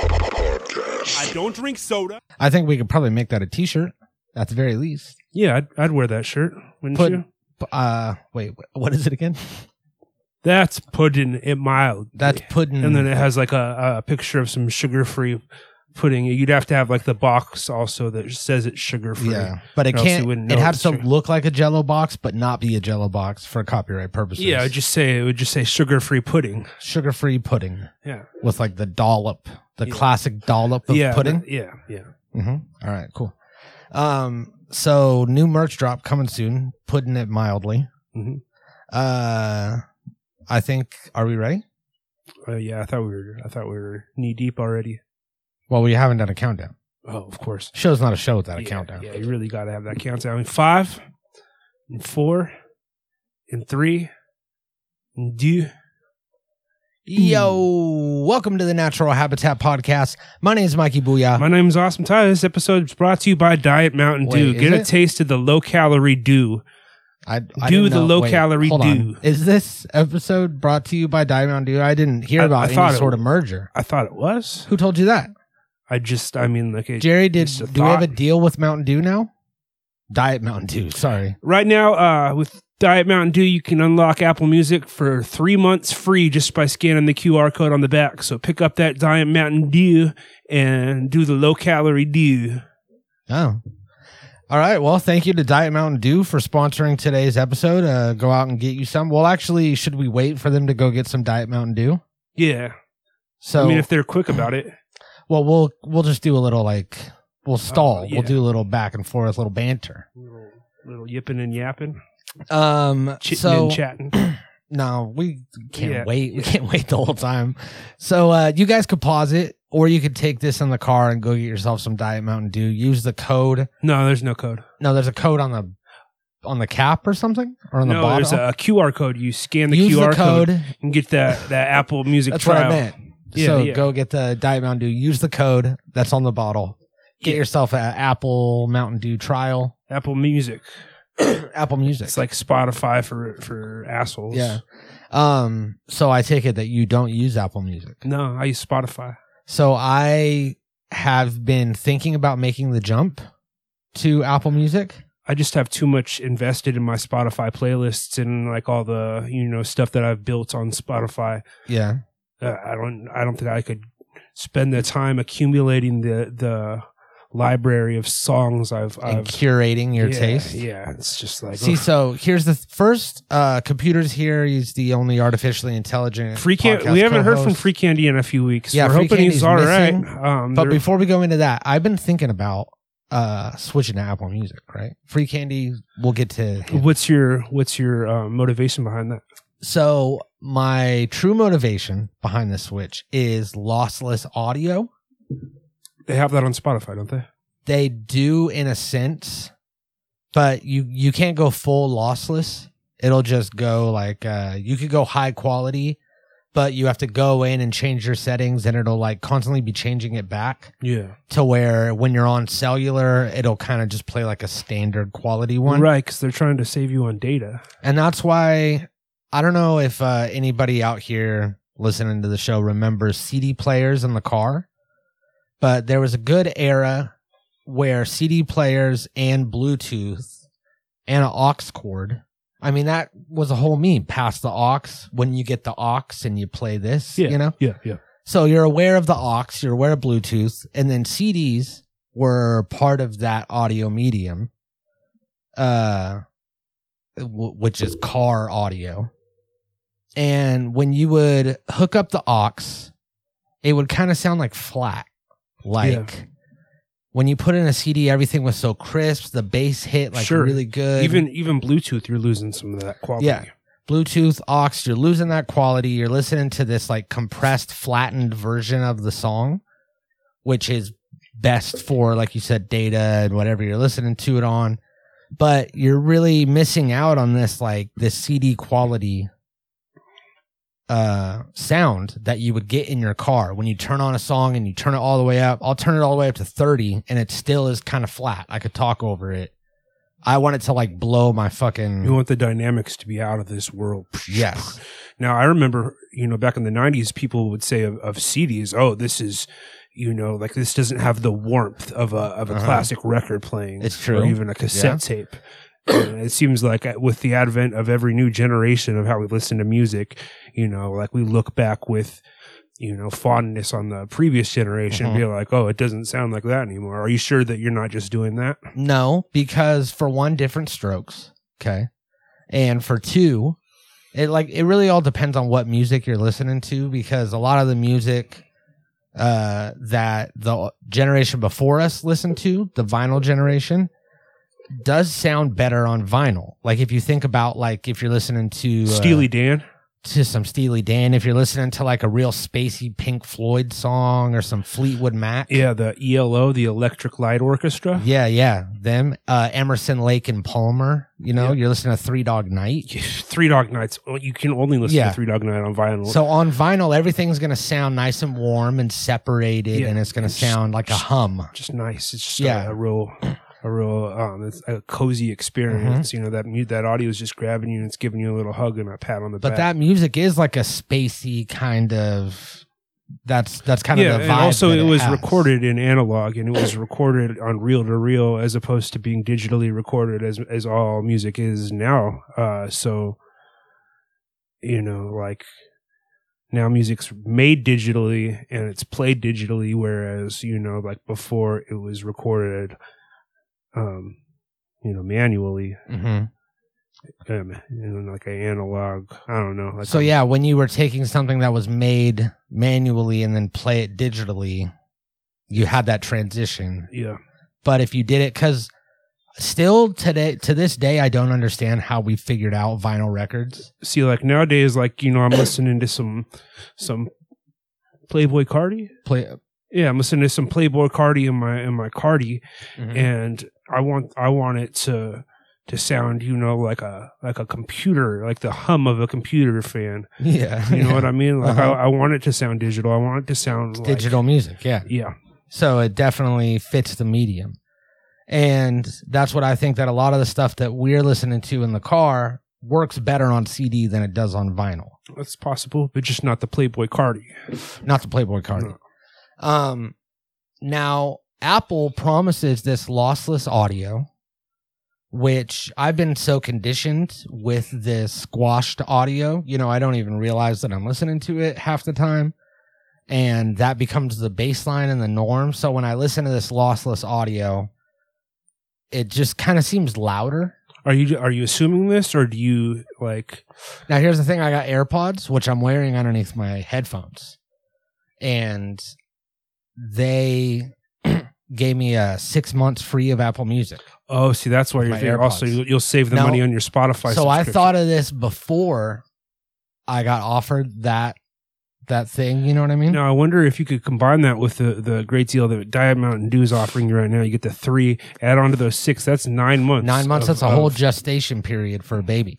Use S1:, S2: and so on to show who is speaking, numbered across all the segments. S1: I don't drink soda.
S2: I think we could probably make that a T-shirt at the very least.
S3: Yeah, I'd, I'd wear that shirt, wouldn't
S2: Put-
S3: you?
S2: Uh, wait, wh- what is it again?
S3: That's pudding it mild.
S2: That's pudding.
S3: and then it has like a, a picture of some sugar-free pudding. You'd have to have like the box also that says it's sugar-free.
S2: yeah, but it
S3: Or else you
S2: can't.
S3: wouldn't
S2: It
S3: know
S2: has
S3: it's
S2: to
S3: sugar.
S2: look like a Jello box, but not be a Jello box for copyright purposes.
S3: Yeah, I'd just say it would just say sugar-free pudding.
S2: sugar-free pudding
S3: Yeah,
S2: with like the dollop, the
S3: Yeah.
S2: classic dollop of
S3: yeah,
S2: pudding.
S3: that- yeah, yeah.
S2: hmm All right, cool. Um, so new merch drop coming soon. Putting it mildly.
S3: Mhm.
S2: Uh, I think. Are we ready?
S3: Uh, yeah, I thought we were. I thought we were knee deep already.
S2: Well, we haven't done a countdown.
S3: Oh, of course.
S2: Show's not a show without a
S3: yeah,
S2: countdown.
S3: Yeah, you really got to have that countdown. In five, and four, and three, and two.
S2: Uh-huh. Yo, welcome to the Natural Habitat Podcast. My name is Mikey Booyah.
S3: My name is Awesome Ty. This episode is brought to you by Diet Mountain
S2: Wait,
S3: Dew.
S2: is
S3: Get a
S2: it?
S3: taste of the low calorie dew.
S2: I, I
S3: Do
S2: didn't
S3: the
S2: know-
S3: low
S2: wait,
S3: calorie
S2: hold on.
S3: do.
S2: Is this episode brought to you by Diamond Dew? I didn't hear
S3: I- I
S2: about
S3: thought
S2: any
S3: it-
S2: sort of merger.
S3: I thought it was.
S2: Who told you that?
S3: I just, I mean, like, it,
S2: Jerry, did
S3: it's
S2: do
S3: a
S2: we have a
S3: thought.
S2: deal with Mountain Dew now? Diet Mountain Dew. Sorry.
S3: right now, uh, with Diet Mountain Dew, you can unlock Apple Music for three months free just by scanning the QR code on the back. So pick up that Diet Mountain Dew and do the low calorie dew.
S2: Oh. All right. Well, thank you to Diet Mountain Dew for sponsoring today's episode. Uh, go out and get you some. Well, actually, should we wait for them to go get some Diet Mountain Dew?
S3: Yeah.
S2: So
S3: I mean, if they're quick about it.
S2: Well, we'll we'll just do a little like we'll stall.
S3: yeah.
S2: We'll do a little back and forth, little banter.
S3: Little, little yipping and yapping,
S2: Um,
S3: chitting
S2: so
S3: and chatting.
S2: no, we can't
S3: Yeah,
S2: wait. We can't wait the whole time. So uh, you guys could pause it, or you could take this in the car and go get yourself some Diet Mountain Dew. Use the code.
S3: No, there's no code.
S2: No, there's a code on the on the cap or something, or on the
S3: No, there's
S2: bottom.
S3: a QR code. You scan the
S2: Use
S3: QR
S2: the code.
S3: and get that, that Apple Music
S2: That's
S3: trial.
S2: what I meant.
S3: Yeah,
S2: so
S3: yeah.
S2: go get the Diet Mountain Dew. Use the code that's on the bottle. Get
S3: Yeah.
S2: yourself an Apple Mountain Dew trial.
S3: Apple Music.
S2: Apple Music.
S3: It's like Spotify for for assholes.
S2: Yeah. Um, so I take it that you don't use Apple Music.
S3: No, I use Spotify.
S2: So I have been thinking about making the jump to Apple Music.
S3: I just have too much invested in my Spotify playlists and like all the you know stuff that I've built on Spotify.
S2: Yeah.
S3: Uh, I don't. I don't think I could spend the time accumulating the the library of songs I've.
S2: And
S3: I've
S2: curating your
S3: yeah,
S2: taste.
S3: Yeah, it's just like
S2: See,
S3: ugh.
S2: so here's the th- first uh computers here. He's the only artificially intelligent.
S3: Free Can-
S2: podcast
S3: We haven't heard from
S2: co-host.
S3: Free Candy in a few weeks.
S2: Yeah,
S3: we're
S2: Free
S3: hoping he's
S2: Candy's
S3: all right.
S2: missing,
S3: Um,
S2: But
S3: there-
S2: before we go into that, I've been thinking about uh switching to Apple Music, right? Free candy, we'll get to him.
S3: what's your what's your uh, motivation behind that?
S2: So my true motivation behind this switch is lossless audio.
S3: They have that on Spotify, don't they?
S2: They do in a sense, but you you can't go full lossless. It'll just go like uh you could go high quality, but you have to go in and change your settings and it'll like constantly be changing it back
S3: Yeah,
S2: to where when you're on cellular, it'll kind of just play like a standard quality one.
S3: right. Because they're trying to save you on data.
S2: And that's why I don't know if uh, anybody out here listening to the show remembers CD players in the car, but there was a good era where CD players and Bluetooth and an aux cord. I mean, that was a whole meme. Pass the aux when you get the aux and you play this, you know?
S3: Yeah, yeah.
S2: So you're aware of the aux, you're aware of Bluetooth, and then CDs were part of that audio medium, uh, w- which is car audio. And when you would hook up the aux, it would kind of sound like flat. Like when you put in a CD, everything was so crisp, the bass hit like
S3: Sure.
S2: really good.
S3: Even even Bluetooth, you're losing some of that quality.
S2: Yeah. Bluetooth aux, you're losing that quality. You're listening to this like compressed, flattened version of the song, which is best for, like you said, data and whatever you're listening to it on. But you're really missing out on this, like this CD quality uh sound that you would get in your car when you turn on a song and you turn it all the way up. I'll turn it all the way up to 30 and it still is kind of flat. I could talk over it. I want it to like blow my fucking
S3: You want the dynamics to be out of this world.
S2: Yes.
S3: Now I remember, you know, back in the '90s, people would say of, of CDs, "Oh, this is." You know, like this doesn't have the warmth of a of a
S2: Uh-huh.
S3: classic record playing,
S2: It's
S3: or
S2: true.
S3: even a cassette tape. And it seems like uh, with the advent of every new generation of how we listen to music, you know, like we look back with, you know, fondness on the previous generation, and be
S2: Mm-hmm.
S3: like, oh, it doesn't sound like that anymore. Are you sure that you're not just doing that?
S2: No, because for one, different strokes. Okay. And for two, it like it really all depends on what music you're listening to because a lot of the music uh that the generation before us listened to, the vinyl generation, does sound better on vinyl. Like if you think about like if you're listening to uh,
S3: Steely Dan,
S2: to some Steely Dan, if you're listening to like a real spacey Pink Floyd song or some Fleetwood Mac.
S3: yeah, the ELO, the Electric Light Orchestra.
S2: Yeah, yeah. Them, uh, Emerson, Lake, and Palmer. You know,
S3: Yep.
S2: you're listening to Three Dog Night.
S3: Three Dog Nights. oh, You can only listen
S2: Yeah.
S3: to Three Dog Night on vinyl.
S2: So on vinyl, everything's going to sound nice and warm and separated,
S3: Yeah.
S2: and it's going to
S3: It's just-
S2: sound like a hum.
S3: just nice. It's just
S2: Yeah.
S3: a, a real, a real, um, it's a cozy experience.
S2: Mm-hmm.
S3: You know that mu- that audio is just grabbing you and it's giving you a little hug and a pat on the
S2: But
S3: back.
S2: that music is like a spacey kind of. That's that's kind of the vibe.
S3: and also
S2: that
S3: it was
S2: has.
S3: recorded in analog and it was recorded on reel to reel as opposed to being digitally recorded as as all music is now. Uh, so you know, like now music's made digitally and it's played digitally, whereas you know, like before it was recorded, um, you know, manually,
S2: Mhm.
S3: um, in like an analog. I don't know. Like
S2: so
S3: a-
S2: yeah, when you were taking something that was made manually and then play it digitally, you had that transition.
S3: yeah.
S2: but if you did it because still today to this day i don't understand how we figured out vinyl records
S3: see like nowadays like you know i'm listening to some some playboy cardi
S2: play
S3: yeah i'm listening to some playboy cardi in my in my cardi
S2: Mhm.
S3: and i want i want it to to sound you know like a like a computer like the hum of a computer fan
S2: yeah
S3: you know what i mean like
S2: Uh-huh.
S3: I, I want it to sound digital i want it to sound like,
S2: digital music yeah
S3: yeah
S2: so it definitely fits the medium and that's what i think that a lot of the stuff that we're listening to in the car works better on cd than it does on vinyl
S3: that's possible but just not the playboy cardi
S2: not the Playboy Cardi.
S3: No.
S2: Um, now Apple promises this lossless audio, which I've been so conditioned with this squashed audio. You know, I don't even realize that I'm listening to it half the time, and that becomes the baseline and the norm. So when I listen to this lossless audio, it just kind of seems louder.
S3: are you are you assuming this or do you like
S2: Now here's the thing: I got AirPods, which I'm wearing underneath my headphones, and they gave me a six months free of Apple Music.
S3: oh see that's why
S2: With
S3: you're
S2: my
S3: there. also
S2: AirPods.
S3: you'll, you'll save the
S2: No.
S3: money on your spotify
S2: so I
S3: subscription.
S2: thought of this before I got offered that that thing. You know what I mean?
S3: Now I wonder if you could combine that with the, the great deal that Diet Mountain Dew is offering you right now. You get the three, add on to those six. That's nine months.
S2: Nine months.
S3: of-
S2: that's a whole
S3: of-
S2: gestation period for a baby.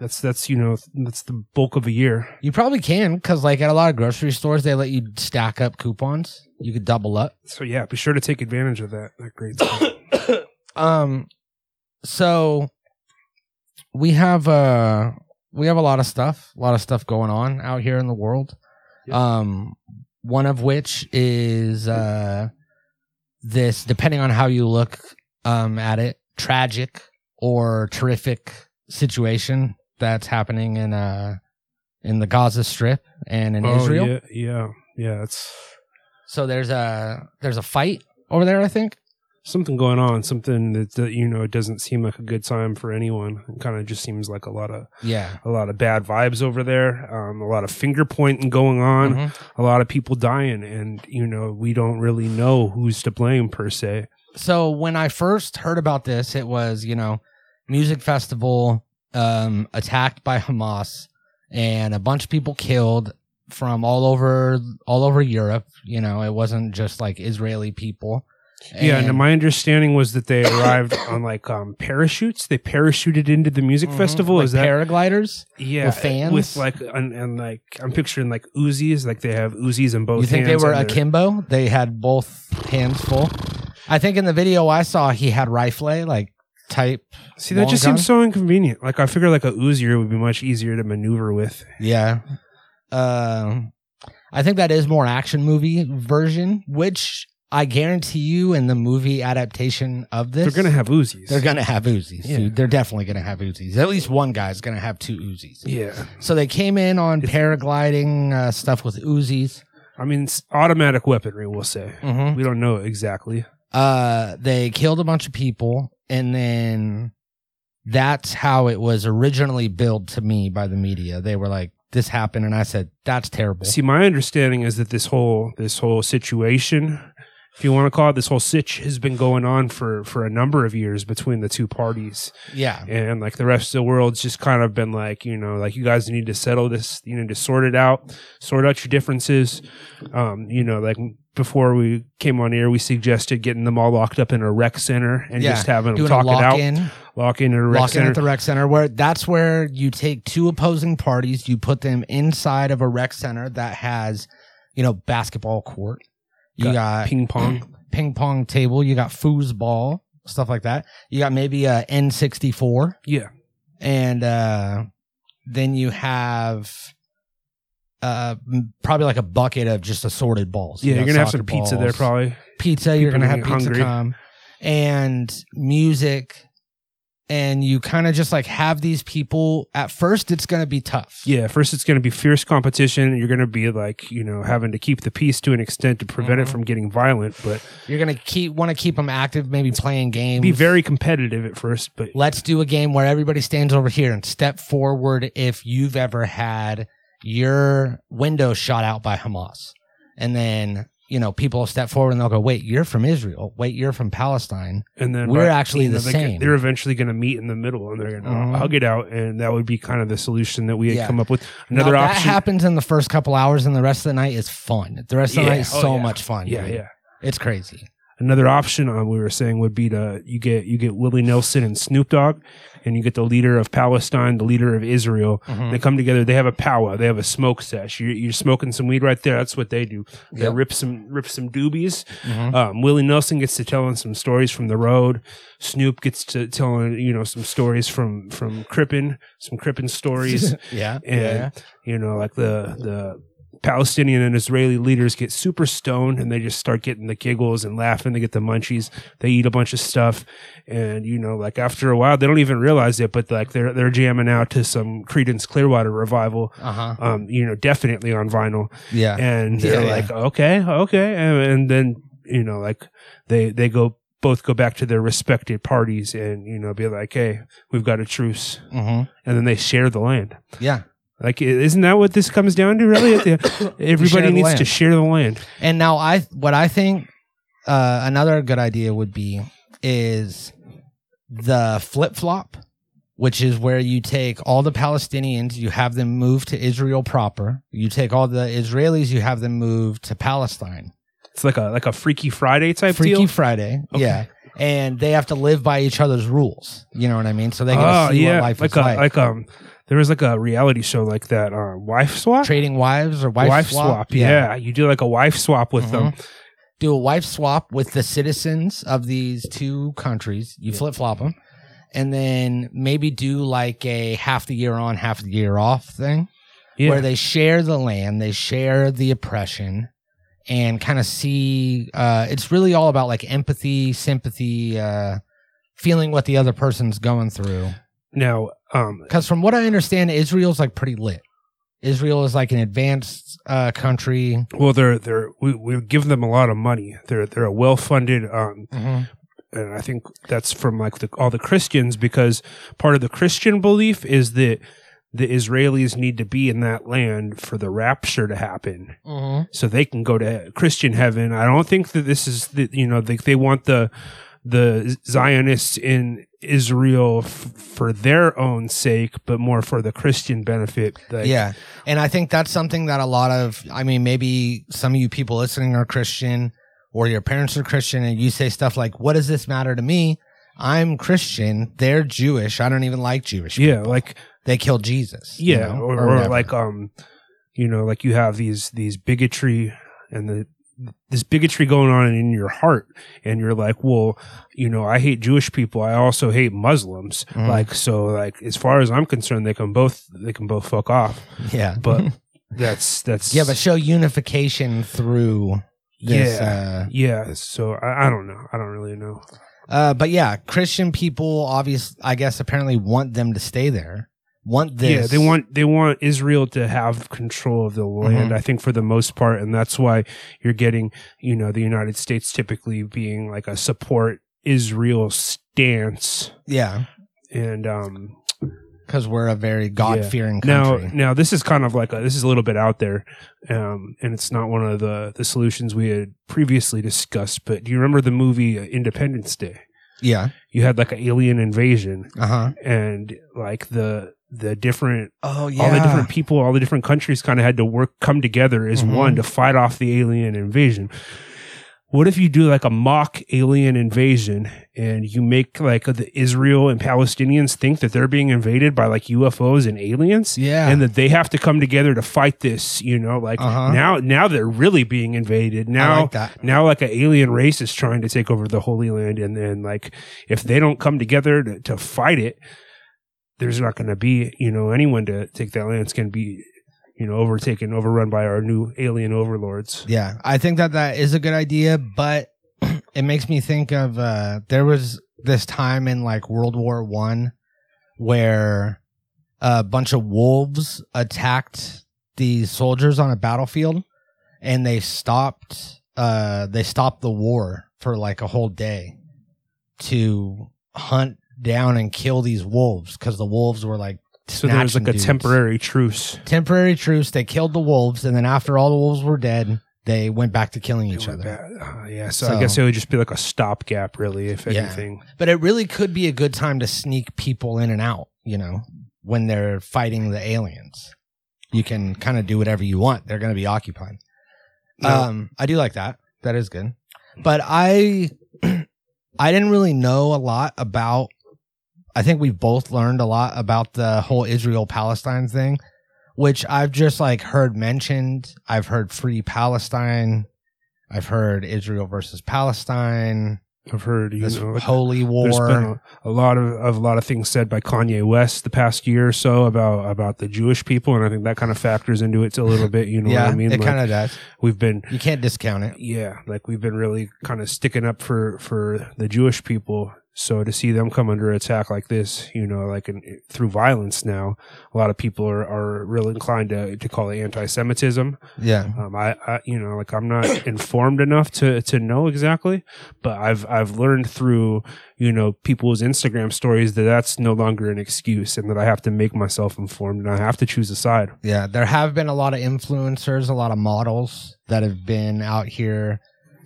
S3: that's that's you know that's the bulk of a year.
S2: You probably can because, like, at a lot of grocery stores, they let you stack up coupons. You could double up.
S3: So yeah, be sure to take advantage of that. That great. deal.
S2: um so we have uh we have a lot of stuff a lot of stuff going on out here in the world
S3: Yeah.
S2: um one of which is uh this depending on how you look um at it tragic or terrific situation that's happening in uh in the Gaza Strip and in
S3: Oh,
S2: Israel.
S3: Yeah, yeah, yeah. It's
S2: So there's a there's a fight over there, I think.
S3: something going on. Something that, that you know it doesn't seem like a good time for anyone. It kind of just seems like a lot of
S2: Yeah.
S3: a lot of bad vibes over there. Um, a lot of finger pointing going on.
S2: Mhm.
S3: a lot of people dying and you know we don't really know who's to blame per se
S2: so when I first heard about this, it was, you know, music festival um attacked by Hamas and a bunch of people killed from all over all over Europe. You know, it wasn't just like Israeli people.
S3: yeah and my understanding was that they arrived on like um parachutes they parachuted into the music
S2: Mhm.
S3: festival
S2: Like
S3: is that
S2: paragliders?
S3: yeah
S2: with fans?
S3: with like and, and like i'm picturing like uzis like they have uzis in both
S2: you think they
S3: hands
S2: were
S3: and they're-
S2: akimbo? They had both hands full. I think in the video I saw, he had rifle, like type.
S3: See, that
S2: Long
S3: just seems so inconvenient. Like I figure like a Uzier would be much easier to maneuver with.
S2: Yeah. Um, I think that is more action movie version, which I guarantee you in the movie adaptation of this,
S3: They're gonna have Uzis.
S2: they're gonna have Uzis.
S3: Yeah.
S2: dude. They're definitely gonna have Uzis. At least one guy's gonna have two Uzis.
S3: yeah.
S2: So they came in on paragliding uh, stuff with Uzis.
S3: I mean, it's automatic weaponry. We'll say
S2: Mm-hmm.
S3: we don't know exactly.
S2: Uh, they killed a bunch of people, and then that's how it was originally billed to me by the media. They were like, "This happened," and I said, "That's terrible."
S3: See, my understanding is that this whole this whole situation, if you want to call it this whole sitch, has been going on for for a number of years between the two parties,
S2: yeah,
S3: and like the rest of the world's just kind of been like, you know, like you guys need to settle this, you know, to sort it out, sort out your differences. Um, you know, like before we came on air, we suggested getting them all locked up in a rec center and
S2: Yeah,
S3: just having them
S2: doing
S3: talk
S2: a
S3: it out,
S2: lock in.
S3: lock in at a rec
S2: Lock in
S3: center.
S2: at the rec center where that's where you take two opposing parties, you put them inside of a rec center that has, you know, basketball court. You
S3: Got
S2: got
S3: Ping pong.
S2: ping pong table, you got foosball, stuff like that. You got maybe a N64
S3: Yeah.
S2: and uh then you have uh m- probably like a bucket of just assorted balls.
S3: Yeah,
S2: You
S3: you're
S2: got
S3: going to have
S2: soccer
S3: some pizza there
S2: balls,
S3: probably.
S2: Pizza, you're
S3: People
S2: going to have
S3: getting hungry.
S2: pizza come and music and you kind of just like have these people at first it's going to be tough.
S3: Yeah, first it's going to be fierce competition. You're going to be like, you know, having to keep the peace to an extent to prevent
S2: Mhm.
S3: it from getting violent, but
S2: You're going to keep want to keep them active, maybe playing games.
S3: be very competitive at first. But
S2: let's do a game where everybody stands over here and step forward if you've ever had your window shot out by Hamas. And then, you know, people will step forward and they'll go, wait, you're from Israel. Wait, you're from Palestine.
S3: and then
S2: We're
S3: but,
S2: actually
S3: you know,
S2: the
S3: they,
S2: same.
S3: They're eventually going to meet in the middle and they're going to
S2: Mhm.
S3: hug it out, and that would be kind of the solution that we had
S2: Yeah.
S3: come up with. Another
S2: now,
S3: option.
S2: That happens in the first couple hours and the rest of the night is fun. The rest of the
S3: Yeah.
S2: night is
S3: Oh,
S2: so
S3: yeah.
S2: much fun.
S3: yeah,
S2: dude.
S3: yeah.
S2: It's crazy.
S3: Another option um, we were saying would be to you get you get Willie Nelson and Snoop Dogg, and you get the leader of Palestine, the leader of Israel,
S2: Mm-hmm.
S3: They come together. They have a powwow. They have a smoke sesh. You're, you're smoking some weed right there. That's what they do. They
S2: Yep.
S3: rip some rip some doobies.
S2: Mhm.
S3: Um, Willie Nelson gets to telling some stories from the road. Snoop gets to telling you know some stories from from Crippen, some Crippen stories,
S2: yeah.
S3: and
S2: yeah.
S3: you know like the the. Palestinian and Israeli leaders get super stoned and they just start getting the giggles and laughing. They get the munchies. They eat a bunch of stuff, and you know, like after a while, they don't even realize it. But like they're they're jamming out to some Credence Clearwater Revival,
S2: Uh huh.
S3: um, you know, definitely on vinyl.
S2: Yeah.
S3: And they're
S2: Yeah, yeah.
S3: like, okay, okay. And, and then, you know, like they, they go, both go back to their respected parties and, you know, be like, hey, we've got a truce.
S2: Mhm.
S3: And then they share the land.
S2: Yeah.
S3: Like, i- isn't that what this comes down to really? At the-
S2: Share
S3: everybody
S2: the
S3: needs to
S2: land.
S3: share the land.
S2: And now I what I think uh, another good idea would be is the flip flop, which is where you take all the Palestinians, you have them move to Israel proper. You take all the Israelis, you have them move to Palestine.
S3: It's like a, like a Freaky Friday type
S2: Freaky
S3: deal.
S2: Friday,
S3: Okay.
S2: yeah. And they have to live by each other's rules. You know what I mean? So they
S3: Oh
S2: can see
S3: yeah,
S2: what life
S3: like
S2: is
S3: a,
S2: like.
S3: like um, there was like a reality show like that, uh, wife swap,
S2: Trading wives or wife, swap. Mm-hmm.
S3: Yeah. you do like a wife swap with them.
S2: do a wife swap with the citizens of these two countries. You flip flop them, and then maybe do like a half the year on, half the year off thing,
S3: Yeah,
S2: where they share the land, they share the oppression, and kind of see. Uh, it's really all about like empathy, sympathy, uh, feeling what the other person's going through.
S3: Now, um,
S2: Because from what I understand, Israel's like pretty lit. Israel is like an advanced uh, country.
S3: well, they're they're we we give them a lot of money. They're they're a well funded, um, and I think that's from like the, all the Christians because part of the Christian belief is that the Israelis need to be in that land for the rapture to happen,
S2: Mm-hmm.
S3: so they can go to Christian heaven. I don't think that this is the, you know they they want the the Zionists in Israel f- for their own sake, but more for the Christian benefit. Like,
S2: yeah. And I think that's something that a lot of, I mean, maybe some of you people listening are Christian or your parents are Christian and you say stuff like, what does this matter to me? I'm Christian. They're Jewish. I don't even like Jewish.
S3: yeah,
S2: people.
S3: like
S2: they killed Jesus. you
S3: yeah
S2: know,
S3: or, or
S2: whatever.
S3: like um you know like you have these these bigotry and the this bigotry going on in your heart and you're like well you know i hate jewish people i also hate muslims
S2: Mhm.
S3: like so like as far as i'm concerned they can both they can both fuck off
S2: yeah,
S3: but that's that's
S2: yeah, but show unification through this.
S3: yeah
S2: Uh,
S3: yeah so I, I don't know i don't really know
S2: Uh, but yeah, Christian people, obvious, I guess, apparently want them to stay there. Want this?
S3: yeah they want they want israel to have control of the
S2: Mm-hmm.
S3: land i think for the most part and that's why you're getting you know the united states typically being like a support israel stance
S2: Yeah,
S3: and um
S2: because we're a very God-fearing
S3: now
S2: country.
S3: now this is kind of like a, this is a little bit out there um and it's not one of the the solutions we had previously discussed but do you remember the movie uh, independence day
S2: yeah.
S3: you had like an alien invasion
S2: Uh huh.
S3: and like the the different
S2: Oh yeah.
S3: all the different people all the different countries kind of had to work come together as
S2: Mhm.
S3: one to fight off the alien invasion what if you do like a mock alien invasion and you make like the israel and palestinians think that they're being invaded by like ufos and aliens
S2: yeah.
S3: and that they have to come together to fight this you know like
S2: Uh-huh.
S3: now now they're really being invaded
S2: I
S3: now
S2: like that.
S3: now like an alien race is trying to take over the holy land and then like if they don't come together to, to fight it there's not going to be you know anyone to take that land it's going to be you know overtaken overrun by our new alien overlords
S2: Yeah, I think that that is a good idea, but it makes me think of uh there was this time in like World War 1 where a bunch of wolves attacked the soldiers on a battlefield and they stopped uh they stopped the war for like a whole day to hunt down and kill these wolves cuz the wolves were like
S3: so there was
S2: snatching
S3: like a
S2: dudes
S3: temporary truce
S2: temporary truce. They killed the wolves, and then after all the wolves were dead, they went back to killing each
S3: They went
S2: other.
S3: back- uh, yeah so,
S2: So-
S3: i guess it would just be like a stopgap really if
S2: Yeah.
S3: anything
S2: But it really could be a good time to sneak people in and out. You know, when they're fighting the aliens, you can kind of do whatever you want. They're going to be occupied.
S3: No.
S2: Um, I do like that. That is good. But I, I didn't really know a lot about. I think we both learned a lot about the whole Israel Palestine thing, which I've just like heard mentioned. I've heard free Palestine. I've heard Israel versus Palestine.
S3: i've heard you
S2: This
S3: know like,
S2: holy
S3: There's been
S2: war.
S3: a, a lot of, of a lot of things said by Kanye West the past year or so about about the Jewish people, and I think that kind of factors into it a little bit. You know
S2: yeah,
S3: what I mean?
S2: it
S3: Like,
S2: kind of does.
S3: we've been
S2: You can't discount it.
S3: yeah, like we've been really kind of sticking up for for the Jewish people. So to see them come under attack like this, you know, like in, through violence now, a lot of people are, are real inclined to, to call it anti-Semitism.
S2: Yeah.
S3: Um, I, I, you know, like I'm not informed enough to to know exactly, but I've I've learned through you know people's Instagram stories that that's no longer an excuse, and that I have to make myself informed, and I have to choose a side.
S2: Yeah. There have been a lot of influencers, a lot of models that have been out here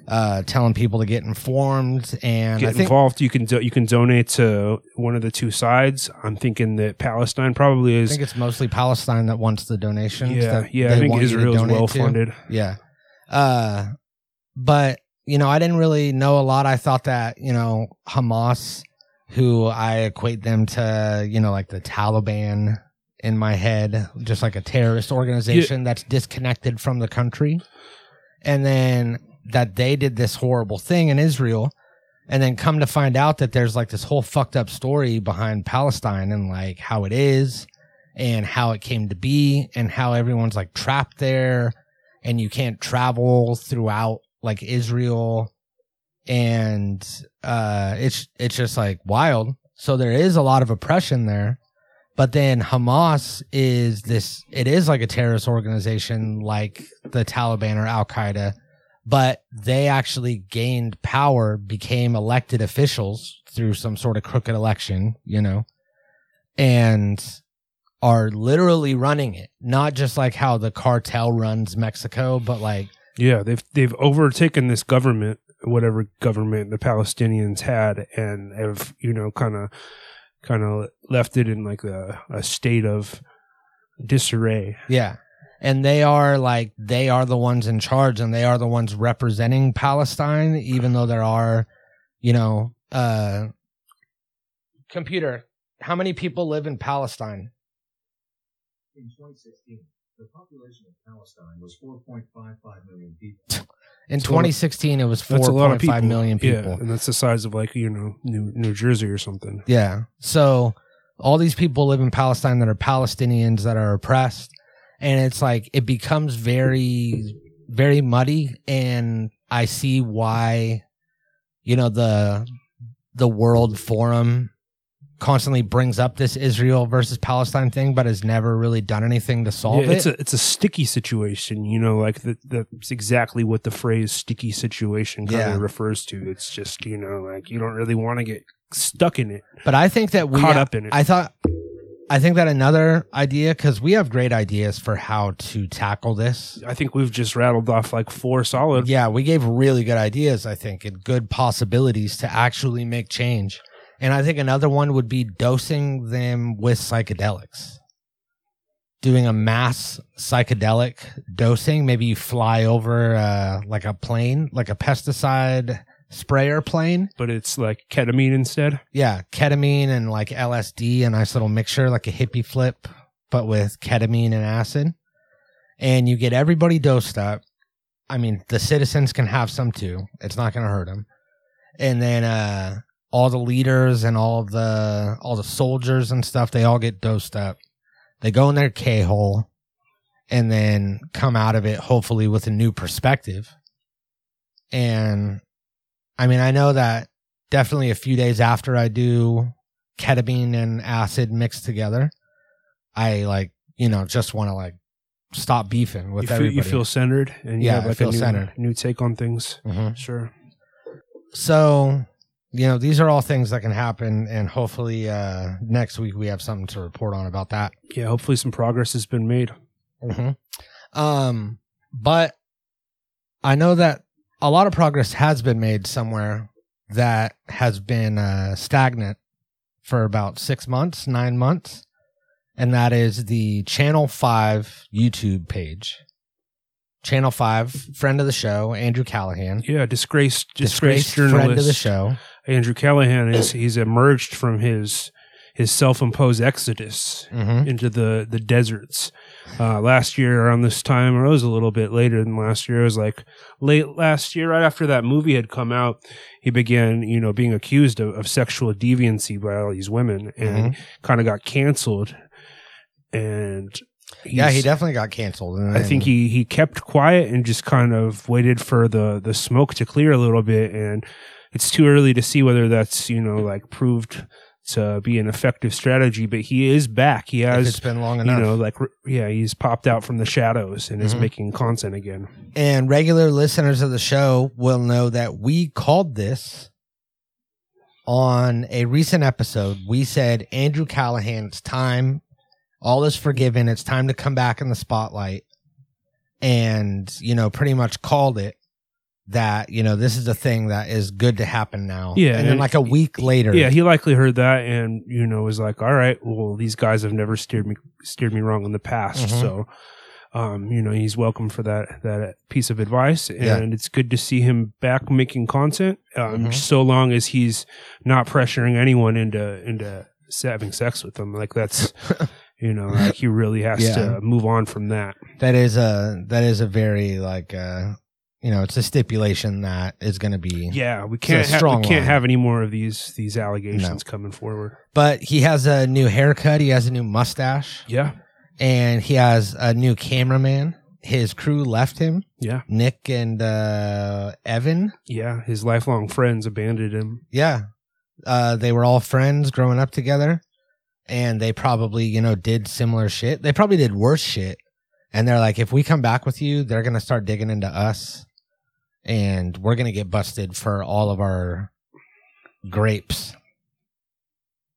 S2: uh, telling people to get informed. And
S3: Get
S2: I think,
S3: involved. You can do, you can donate to one of the two sides. I'm thinking that Palestine probably
S2: I
S3: is.
S2: think it's mostly Palestine that wants the donations.
S3: yeah,
S2: that
S3: yeah. I
S2: they
S3: think
S2: want you to
S3: Israel is
S2: donate to.
S3: well funded.
S2: Yeah. Uh, but, you know, I didn't really know a lot. I thought that, you know, Hamas, who I equate them to, you know, like the Taliban in my head, just like a terrorist organization that's disconnected from the country. And then that they did this horrible thing in Israel. And then come to find out that there's like this whole fucked up story behind Palestine and like how it is and how it came to be and how everyone's like trapped there and you can't travel throughout like Israel and uh it's it's just like wild so there is a lot of oppression there but then Hamas is this it is like a terrorist organization like the Taliban or Al-Qaeda but they actually gained power became elected officials through some sort of crooked election you know and are literally running it not just like how the cartel runs Mexico but like
S3: Yeah, they've they've overtaken this government, whatever government the Palestinians had, and have you know kind of kind of left it in like a, a state of disarray.
S2: Yeah. And they are like they are the ones in charge and they are the ones representing Palestine, even though there are, you know, uh computer, how many people live in Palestine?
S4: In 2016, the population of Palestine was 4.55 million people.
S2: In
S3: That's a lot of-
S2: 2016, it was
S3: That's a lot of people.
S2: 4.5 million people.
S3: Yeah, and that's the size of like you know New New Jersey or something.
S2: Yeah. So all these people live in Palestine that are Palestinians that are oppressed. And it's like, it becomes very, very muddy. And I see why, you know, the, the World Forum constantly brings up this Israel versus Palestine thing, but has never really done anything to solve
S3: Yeah,
S2: it.
S3: it's a it's a sticky situation, you know, like that that's exactly what the phrase sticky situation kind
S2: Yeah.
S3: of refers to. It's just, you know, like you don't really want to get stuck in it,
S2: but I think that we,
S3: caught up in it.
S2: I thought, I think that another idea, because we have great ideas for how to tackle this.
S3: I think we've just rattled off like four solid.
S2: yeah, we gave really good ideas, I think, and good possibilities to actually make change. And I think another one would be dosing them with psychedelics, doing a mass psychedelic dosing. Maybe you fly over uh, like a plane, like a pesticide sprayer plane.
S3: But it's like ketamine instead.
S2: Yeah, ketamine and like LSD, a nice little mixture, like a hippie flip, but with ketamine and acid. And you get everybody dosed up. I mean, the citizens can have some too. It's not going to hurt them. And then uh, all the leaders and all the all the soldiers and stuff, they all get dosed up. They go in their K hole, and then come out of it hopefully with a new perspective. And I mean, I know that definitely a few days after I do ketamine and acid mixed together, I like, you know, just want to like stop beefing with
S3: You feel,
S2: everybody.
S3: you feel centered and you
S2: Yeah,
S3: have
S2: I
S3: like
S2: feel
S3: a new,
S2: centered.
S3: new take on things.
S2: Mhm.
S3: Sure.
S2: So, you know, these are all things that can happen. And hopefully, uh, next week we have something to report on about that.
S3: Yeah, hopefully some progress has been made.
S2: Mm-hmm. Um, but I know that a lot of progress has been made somewhere that has been uh, stagnant for about six months, nine months, and that is the Channel Five YouTube page. Channel Five, friend of the show, Andrew Callahan,
S3: Yeah, disgraced disgraced, journalist
S2: friend of the show.
S3: Andrew Callahan is he's emerged from his his self-imposed exodus
S2: Mm-hmm.
S3: into the the deserts. Uh, last year around this time, or it was a little bit later than last year. It was like late last year, right after that movie had come out. He began, you know, being accused of, of sexual deviancy by all these women, and kind of got canceled. And
S2: Yeah, he
S3: he's-
S2: definitely got canceled. and
S3: I think he he kept quiet and just kind of waited for the the smoke to clear a little bit and it's too early to see whether that's you know like proved to be an effective strategy but he is back he
S2: if
S3: has
S2: it's been long
S3: you
S2: enough.
S3: know like r- yeah he's popped out from the shadows and is
S2: Mhm.
S3: making content again
S2: And regular listeners of the show will know that we called this on a recent episode. We said, Andrew Callahan, it's time. All is forgiven. It's time to come back in the spotlight. And, you know, pretty much called it that, you know, this is a thing that is good to happen now.
S3: Yeah,
S2: And then
S3: and-
S2: like a week later.
S3: yeah he likely heard that and you know was like all right well these guys have never steered me steered me wrong in the past
S2: Mhm.
S3: so um, you know he's welcome for that that piece of advice and
S2: Yeah.
S3: it's good to see him back making content um,
S2: Mhm.
S3: so long as he's not pressuring anyone into into having sex with them like that's you know like he really has
S2: Yeah.
S3: to move on from that
S2: That is a, that is a very like, uh, you know, it's a stipulation that is going to be
S3: yeah we
S2: a
S3: can't ha-
S2: strong
S3: we can't
S2: line.
S3: have any more of these these allegations coming forward
S2: but he has a new haircut. He has a new mustache,
S3: yeah
S2: and he has a new cameraman. His crew left him.
S3: Yeah.
S2: Nick and uh, Evan.
S3: yeah his lifelong friends abandoned him
S2: Yeah, uh, they were all friends growing up together, and they probably you know did similar shit. They probably did worse shit, and they're like, if we come back with you, they're gonna start digging into us, and we're gonna get busted for all of our grapes.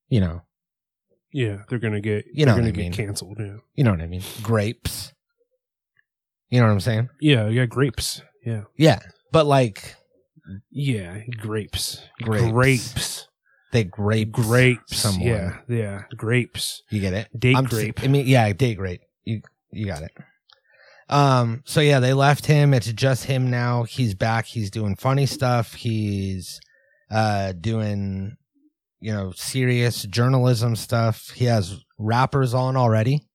S2: You know,
S3: Yeah, they're gonna get
S2: You
S3: you
S2: know
S3: know they're gonna
S2: what I mean.
S3: get canceled. Yeah,
S2: you know what I mean? Grapes. You know what I'm saying?
S3: yeah, yeah, grapes. Yeah,
S2: Yeah. But like
S3: yeah, grapes,
S2: Grapes.
S3: grapes,
S2: they grape
S3: grapes.
S2: someone.
S3: Yeah, yeah, grapes.
S2: You get it?
S3: Date
S2: I'm-
S3: grape.
S2: I mean, yeah, date grape. You you got it. Um, so yeah, they left him. It's just him now. He's back, he's doing funny stuff, he's uh doing you know, serious journalism stuff. He has rappers on already.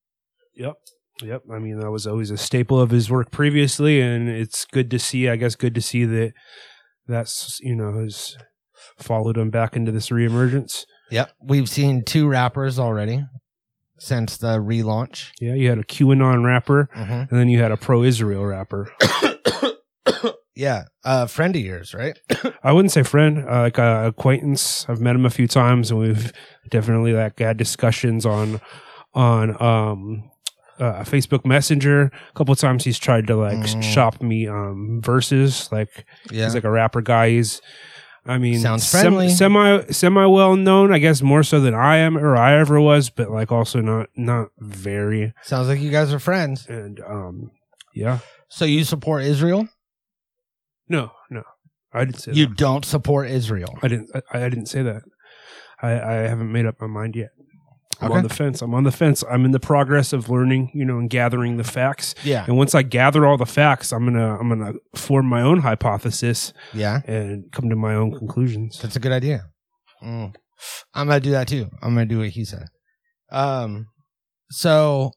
S3: Yep. Yep. I mean, that was always a staple of his work previously, and it's good to see. I guess good to see that that's you know has followed him back into this reemergence.
S2: Yep. We've seen two rappers already since the relaunch. Mm-hmm.
S3: Yeah, you had a QAnon rapper, and then you had a pro-Israel rapper.
S2: Yeah. A friend of yours, right?
S3: I wouldn't say friend, uh, like uh, acquaintance. I've met him a few times, and we've definitely like had discussions on on um, uh, Facebook Messenger. A couple of times he's tried to like
S2: Mm.
S3: shop me um, verses. Like
S2: Yeah.
S3: he's like a rapper guy. He's I mean,
S2: Sounds friendly.
S3: semi semi well known, I guess, more so than I am or I ever was, but like also not not very.
S2: Sounds like you guys are friends.
S3: And um, yeah,
S2: So you support Israel?
S3: no, no, I didn't say
S2: You
S3: that.
S2: don't support Israel.
S3: I didn't. I, I didn't say that. I, I haven't made up my mind yet. I'm
S2: Okay.
S3: on the fence. I'm on the fence. I'm in the progress of learning, you know, and gathering the facts.
S2: Yeah.
S3: And once I gather all the facts, I'm gonna I'm gonna form my own hypothesis
S2: Yeah.
S3: and come to my own conclusions.
S2: That's a good idea. Mm. I'm gonna do that too. I'm gonna do what he said. Um, so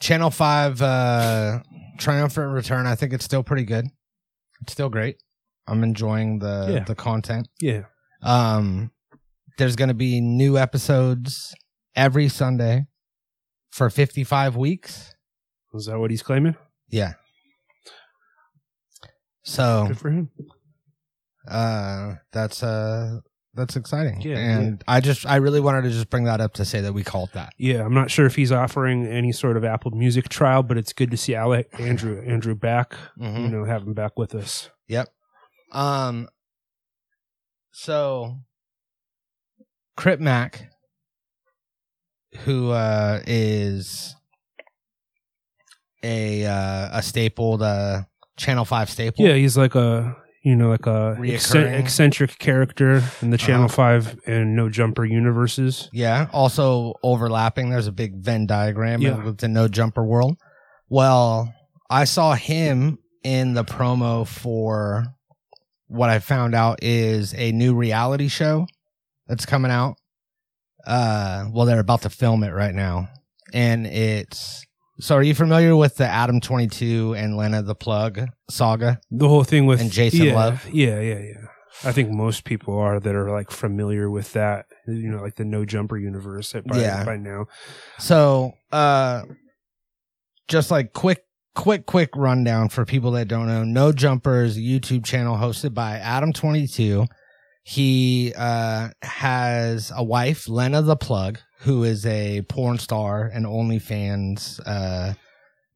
S2: Channel Five uh, triumphant return. I think it's still pretty good. It's still great. I'm enjoying the
S3: Yeah.
S2: the content.
S3: Yeah.
S2: Um, there's gonna be new episodes every Sunday for 55 weeks.
S3: Is that what he's claiming?
S2: Yeah. So
S3: Good for him.
S2: uh that's uh that's exciting
S3: Yeah,
S2: and i just i really wanted to just bring that up to say that we called that
S3: Yeah, I'm not sure if he's offering any sort of Apple Music trial, but it's good to see Ale Andrew Andrew back.
S2: Mm-hmm.
S3: You know, have him back with us.
S2: yep um so Crip mac who uh is a uh a stapled uh channel 5 staple
S3: Yeah, he's like a you know like a
S2: Reoccurring. Uh-huh.
S3: eccent- eccentric character in the Channel Five and No Jumper universes.
S2: Yeah. Also overlapping. There's a big Venn diagram
S3: Yeah.
S2: with the no jumper world. Well, I saw him in the promo for what I found out is a new reality show that's coming out. Uh, well, they're about to film it right now, and it's. So, are you familiar with the Adam Twenty Two and Lena the Plug saga?
S3: The whole thing with
S2: And Jason
S3: yeah,
S2: Love.
S3: Yeah, yeah, yeah. I think most people are that are like familiar with that. You know, like the No Jumper universe by,
S2: Yeah.
S3: by now.
S2: So, uh, just like quick, quick, quick rundown for people that don't know. No Jumpers YouTube channel hosted by Adam22. He, uh, has a wife, Lena the Plug, who is a porn star and OnlyFans, uh,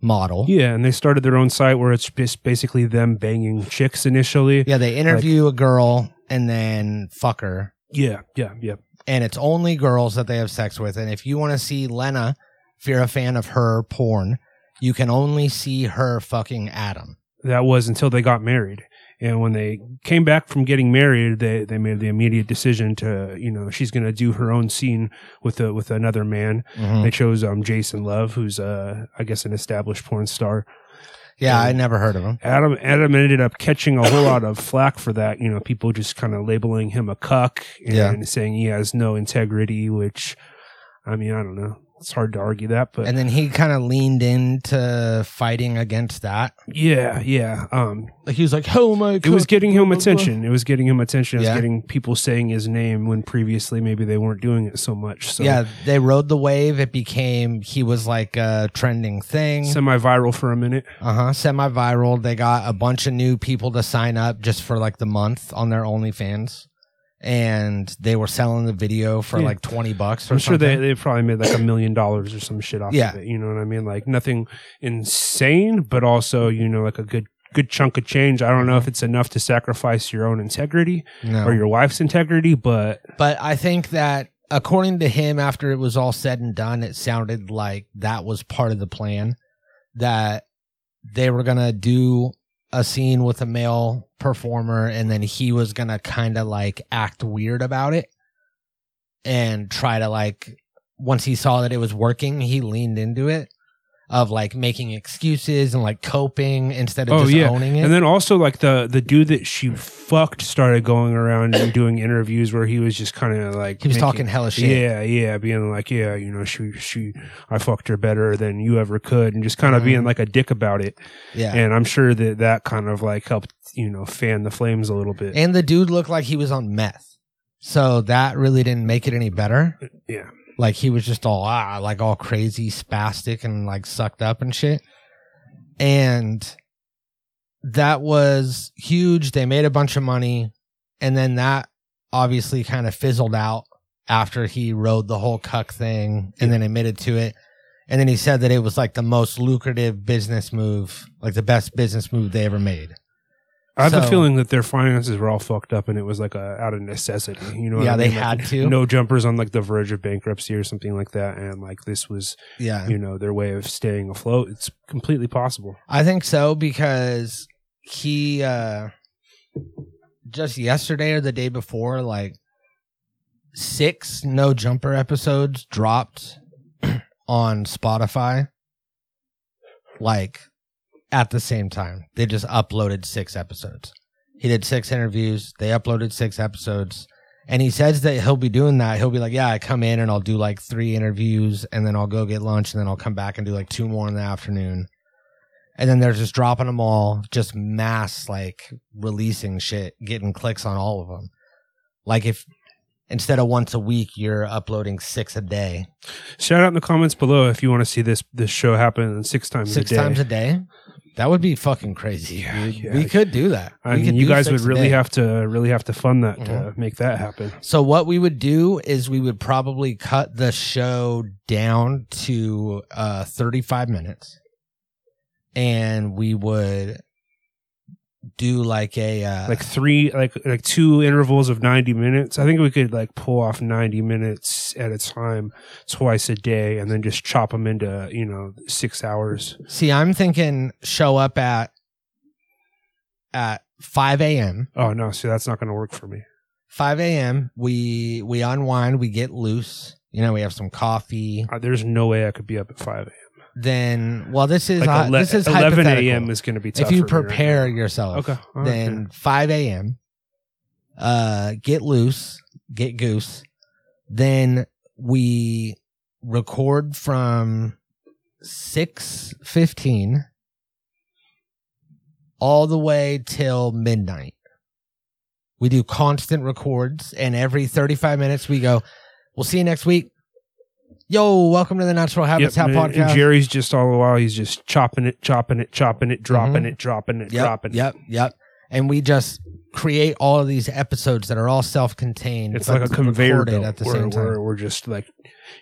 S2: model. Yeah.
S3: Yeah, and they started their own site where it's just basically them banging chicks initially.
S2: they interview a girl and then fuck her.
S3: Yeah, yeah, yeah.
S2: And it's only girls that they have sex with. And if you want to see Lena, if you're a fan of her porn, you can only see her fucking Adam.
S3: That was until they got married. And when they came back from getting married, they, they made the immediate decision to, you know, she's going to do her own scene with a, with another man.
S2: Mm.
S3: They chose um, Jason Love, who's uh, I guess an established porn star.
S2: Yeah, I
S3: Um,
S2: never heard of him.
S3: Adam Adam ended up catching a whole lot of flack for that. You know, people just kind of labeling him a cuck and
S2: Yeah.
S3: saying he has no integrity. Which, I mean, I don't know. It's hard to argue that, but
S2: And then he kind of leaned into fighting against that.
S3: yeah, yeah. Um,
S2: Like he was like, "Oh my
S3: it was getting him attention. It was getting him attention. It was
S2: Yeah.
S3: getting people saying his name when previously maybe they weren't doing it so much. So
S2: yeah, they rode the wave. It became he was like a trending thing.
S3: semi-viral for a minute.
S2: uh huh. Semi viral. They got a bunch of new people to sign up just for like the month on their OnlyFans, and they were selling the video for
S3: Yeah.
S2: like twenty bucks. Or
S3: I'm sure they,
S2: something.
S3: they probably made like a million dollars or some shit off
S2: Yeah.
S3: of it. You know what I mean? Like nothing insane, but also, you know, like a good good chunk of change. I don't know if it's enough to sacrifice your own integrity
S2: no.
S3: or your wife's integrity, but
S2: But I think that according to him, after it was all said and done, it sounded like that was part of the plan that they were going to do a scene with a male performer and then he was going to kind of like act weird about it and try to like, once he saw that it was working, he leaned into it. of like making excuses and like coping instead of
S3: Oh,
S2: just
S3: yeah.
S2: owning it.
S3: And then also like the the dude that she fucked started going around and doing interviews where he was just kind of like
S2: he was
S3: making-
S2: talking hella shit.
S3: Yeah, yeah, being like, yeah, you know, she she I fucked her better than you ever could and just kind of being
S2: Mhm.
S3: like a dick about it.
S2: Yeah.
S3: And I'm sure that that kind of like helped, you know, fan the flames a little bit.
S2: And the dude looked like he was on meth. So that really didn't make it any better.
S3: Yeah.
S2: Like he was just all ah, like all crazy, spastic and like sucked up and shit. And that was huge. They made a bunch of money. And then that obviously kind of fizzled out after he rode the whole cuck thing and then admitted to it. And then he said that it was like the most lucrative business move, like the best business move they ever made.
S3: I have the
S2: so-
S3: feeling that their finances were all fucked up and it was like a out of necessity. You know what
S2: yeah,
S3: I
S2: they
S3: mean? Like,
S2: had to.
S3: no jumpers on like the verge of bankruptcy or something like that and like this was
S2: yeah.
S3: you know their way of staying afloat it's completely possible
S2: I think so because he uh just yesterday or the day before, like six no jumper episodes dropped on Spotify. Like at the same time. They just uploaded six episodes. He did six interviews, they uploaded six episodes. And he says that he'll be doing that. He'll be like, Yeah, I come in and I'll do like three interviews and then I'll go get lunch and then I'll come back and do like two more in the afternoon and then they're just dropping them all, just mass like releasing shit, getting clicks on all of them. Like if instead of once a week, you're uploading six a day,
S3: shout out in the comments below if you want to see this this show happen six times
S2: six
S3: a day
S2: times a day, that would be fucking crazy.
S3: Yeah,
S2: We-
S3: yeah.
S2: We could do that.
S3: I
S2: We
S3: mean,
S2: could
S3: you
S2: do
S3: guys would
S2: six a Mm-hmm.
S3: really
S2: day.
S3: have to really have to fund that to make that happen.
S2: So what we would do is we would probably cut the show down to uh 35 minutes and we would do like a uh
S3: Like three, like like two intervals of ninety minutes. I think we could like pull off ninety minutes at a time, twice a day, and then just chop them into you know six hours.
S2: See, I'm thinking show up at at 5 a.m.
S3: Oh no, see that's not going to work for me.
S2: 5 a.m. We we unwind, we get loose. You know, we have some coffee.
S3: Uh, There's no way I could be up at five a.m.
S2: Then, well, this is
S3: Like
S2: uh,
S3: ele-
S2: this is
S3: eleven
S2: hypothetical.
S3: a.m. is going to be tough.
S2: if you
S3: for me right
S2: prepare
S3: now.
S2: yourself,
S3: Oh, okay, all right,
S2: then 5 a.m. Uh, get loose, get goose. Then we record from 6:15 all the way till midnight. We do constant records, and every 35 minutes we go. We'll see you next week. Yo, welcome to the Natural
S3: Yep,
S2: Habitat
S3: and, and
S2: Podcast.
S3: Jerry's just all the while he's just chopping it, chopping it, chopping it, dropping it, dropping it,
S2: Mm-hmm. yep,
S3: dropping it.
S2: Yep, yep. And we just create all of these episodes that are all self-contained.
S3: It's
S2: but
S3: like a conveyor
S2: recorded
S3: belt
S2: at the
S3: where,
S2: same time.
S3: where we're just like,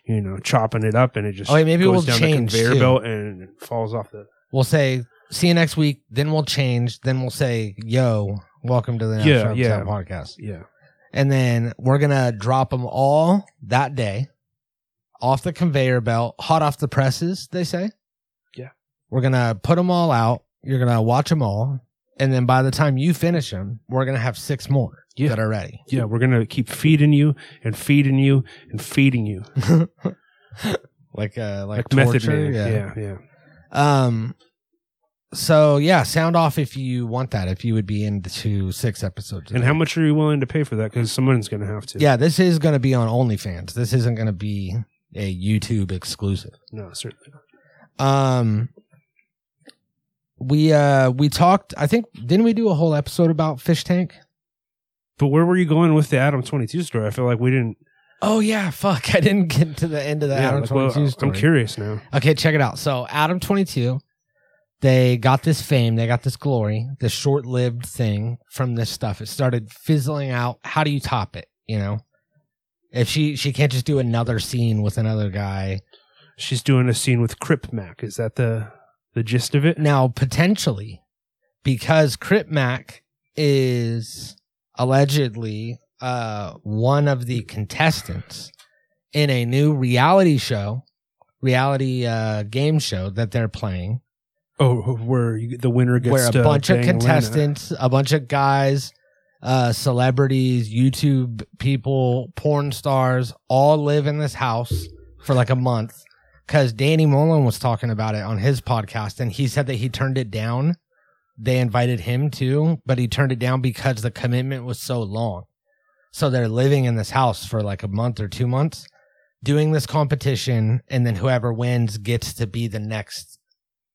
S3: you know, chopping it up and it just
S2: Oh, wait, maybe
S3: goes
S2: we'll
S3: down
S2: change,
S3: the conveyor
S2: too.
S3: belt and it falls off the.
S2: We'll say, "See you next week." Then we'll change. Then we'll say, "Yo, welcome to the
S3: Yeah,
S2: Natural
S3: yeah.
S2: podcast."
S3: Yeah.
S2: And then we're gonna drop them all that day, off the conveyor belt, hot off the presses. They say.
S3: Yeah.
S2: We're gonna put them all out. You're gonna watch them all, and then by the time you finish them, we're gonna have six more
S3: Yeah.
S2: that are ready.
S3: Yeah. We're going to keep feeding you and feeding you and feeding you.
S2: Like, uh, like,
S3: Like, method
S2: torture,
S3: man. Yeah. Yeah.
S2: Um so yeah, sound off if you want that, if you would be into six episodes. of
S3: And
S2: that.
S3: how much are you willing to pay for that? Because someone's going to have to.
S2: Yeah, this is gonna be on OnlyFans. This isn't gonna be a YouTube exclusive.
S3: No, certainly. not.
S2: Um we uh we talked I think didn't we do a whole episode about fish tank?
S3: But where were you going with the Adam 22 story? I feel like we didn't.
S2: Oh yeah, fuck. I didn't get to the end of the
S3: yeah,
S2: Adam
S3: like, well,
S2: 22 story.
S3: I'm curious now.
S2: Okay, check it out. So Adam 22, they got this fame, they got this glory, this short-lived thing from this stuff. It started fizzling out. How do you top it? You know, if she she can't just do another scene with another guy
S3: She's doing a scene with Crip Mac. Is that the the gist of it?
S2: now, potentially because Crip Mac is allegedly uh, one of the contestants in a new reality show, reality uh, game show that they're playing.
S3: Oh, where you, the winner gets
S2: where a
S3: to
S2: bunch of
S3: bang Lana.
S2: contestants, a bunch of guys, uh, celebrities, YouTube people, porn stars, all live in this house for like a month because Danny Mullen was talking about it on his podcast, and he said that he turned it down. They invited him to, but he turned it down because the commitment was so long. So they're living in this house for like a month or two months, doing this competition, and then whoever wins gets to be the next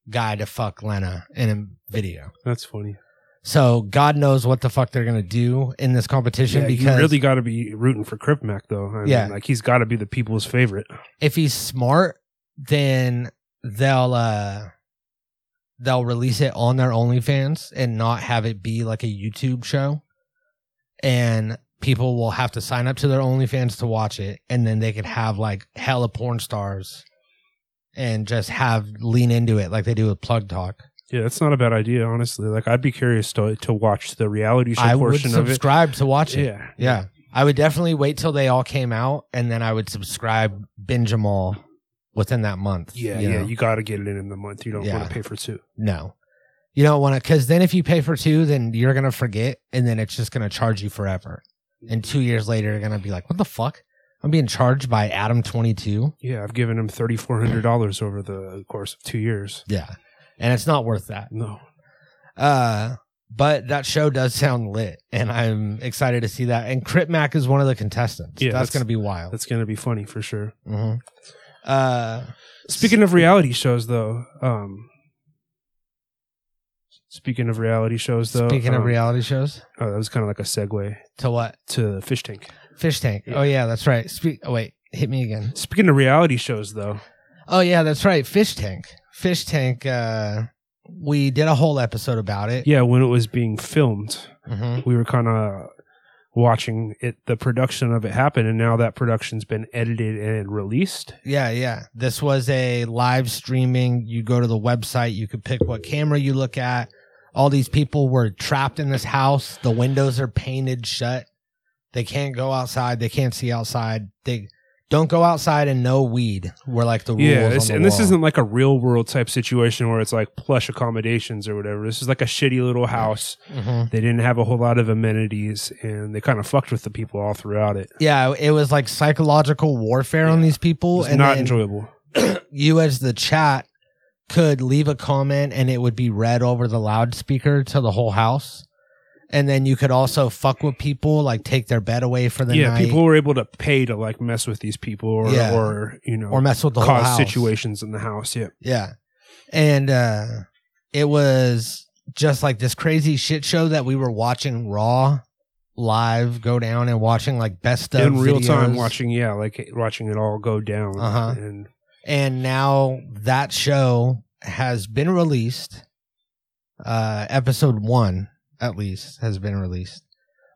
S2: guy to fuck Lena in a video.
S3: That's funny.
S2: So God knows what the fuck they're gonna do in this competition
S3: Yeah,
S2: because
S3: you really got to be rooting for Crip Mac though. I mean,
S2: Yeah.
S3: like he's got to be the people's favorite.
S2: if he's smart, then they'll uh they'll release it on their OnlyFans and not have it be like a YouTube show. And people will have to sign up to their OnlyFans to watch it, and then they could have like hella porn stars and just have lean into it like they do with plug talk.
S3: Yeah, that's not a bad idea, honestly. Like I'd be curious to to watch the reality show
S2: I would
S3: portion of it.
S2: subscribe to watch it.
S3: Yeah,
S2: Yeah. I would definitely wait till they all came out and then I would subscribe binge them all within that month.
S3: yeah,
S2: you
S3: yeah.
S2: know?
S3: You got to get it in in the month. You don't
S2: Yeah.
S3: want to pay for two.
S2: No. You don't want to, because then if you pay for two, then you're going to forget and then it's just going to charge you forever. And two years later, you're going to be like, what the fuck? I'm being charged by Adam22.
S3: Yeah, I've given him thirty four hundred dollars over the course of two years.
S2: Yeah. And it's not worth that.
S3: No,
S2: Uh, but that show does sound lit and I'm excited to see that. And Crit Mac is one of the contestants.
S3: Yeah,
S2: that's,
S3: that's-
S2: going to be wild.
S3: that's gonna be funny for sure.
S2: hmm Uh,
S3: Speaking of reality shows, though. um Speaking of reality shows, though.
S2: speaking of
S3: um,
S2: reality shows,
S3: oh, that was kind of like a segue
S2: to what?
S3: to Fish Tank.
S2: Fish Tank.
S3: Yeah.
S2: Oh, yeah, that's right. Spe- oh, wait, hit me again.
S3: Speaking of reality shows, though,
S2: Oh yeah, that's right. Fish tank. Fish tank. Uh, we did a whole episode about it.
S3: yeah, when it was being filmed,
S2: hmm
S3: we were kind of watching it the production of it happen and now that production's been edited and released
S2: Yeah, yeah. This was a live streaming. You go to the website. You could pick what camera you look at. All these people were trapped in this house. The windows are painted shut. They can't go outside. They can't see outside. They don't go outside and no weed. Were like the rules.
S3: yeah
S2: on
S3: this,
S2: the
S3: and this
S2: wall.
S3: isn't like a real world type situation where it's like plush accommodations or whatever this is like a shitty little house
S2: Mhm.
S3: they didn't have a whole lot of amenities and they kind of fucked with the people all throughout it
S2: Yeah, it was like psychological warfare on
S3: Yeah.
S2: these
S3: it
S2: people.
S3: was not
S2: then-
S3: enjoyable
S2: you as the chat could leave a comment and it would be read over the loudspeaker to the whole house. And then you could also fuck with people, like take their bed away for the
S3: yeah
S2: night
S3: people were able to pay to like mess with these people or,
S2: Yeah.
S3: or you know
S2: or mess with the whole
S3: cause
S2: house.
S3: situations in the house yeah
S2: Yeah. And uh it was just like this crazy shit show that we were watching raw live go down and watching like best of
S3: in real time
S2: videos.
S3: watching yeah like watching it all go down
S2: Uh-huh.
S3: and
S2: and now that show has been released uh episode 1 at least has been released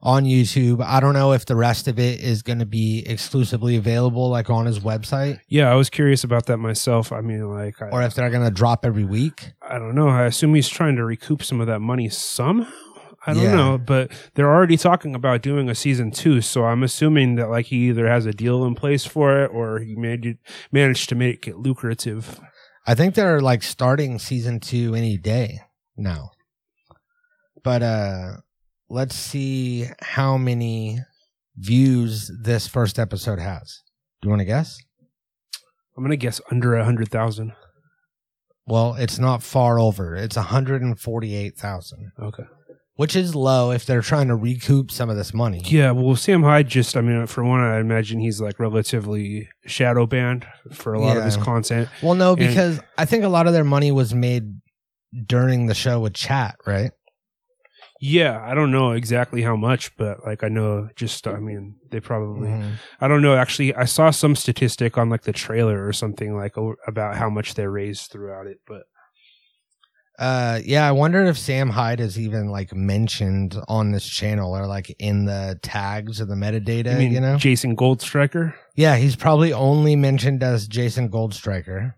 S2: on YouTube. I don't know if the rest of it is going to be exclusively available like on his website
S3: Yeah, I was curious about that myself. I mean, like, I,
S2: or if they're going to drop every week.
S3: I don't know. I assume he's trying to recoup some of that money somehow. I don't
S2: Yeah.
S3: know, but they're already talking about doing a season two, so I'm assuming that like he either has a deal in place for it or he made it, managed to make it lucrative.
S2: I think they're like starting season 2 any day now. But uh let's see how many views this first episode has. Do you want to guess?
S3: I'm gonna guess under a hundred thousand.
S2: Well, it's not far over. It's 148,000,
S3: Okay.
S2: which is low if they're trying to recoup some of this money.
S3: Yeah. Well, Sam Hyde just. I mean, for one, I imagine he's like relatively shadow banned for a lot of his
S2: Yeah.
S3: content.
S2: Well, no,
S3: And-
S2: because I think a lot of their money was made during the show with chat, right?
S3: Yeah, I don't know exactly how much, but like I know just. I mean, they probably.
S2: Mm-hmm.
S3: I don't know. Actually, I saw some statistic on like the trailer or something like o- about how much they raised throughout it. But
S2: Uh, yeah, I wonder if Sam Hyde is even like mentioned on this channel or like in the tags or the metadata,
S3: I mean,
S2: you know?
S3: Jason Goldstriker.
S2: Yeah, he's probably only mentioned as Jason Goldstriker.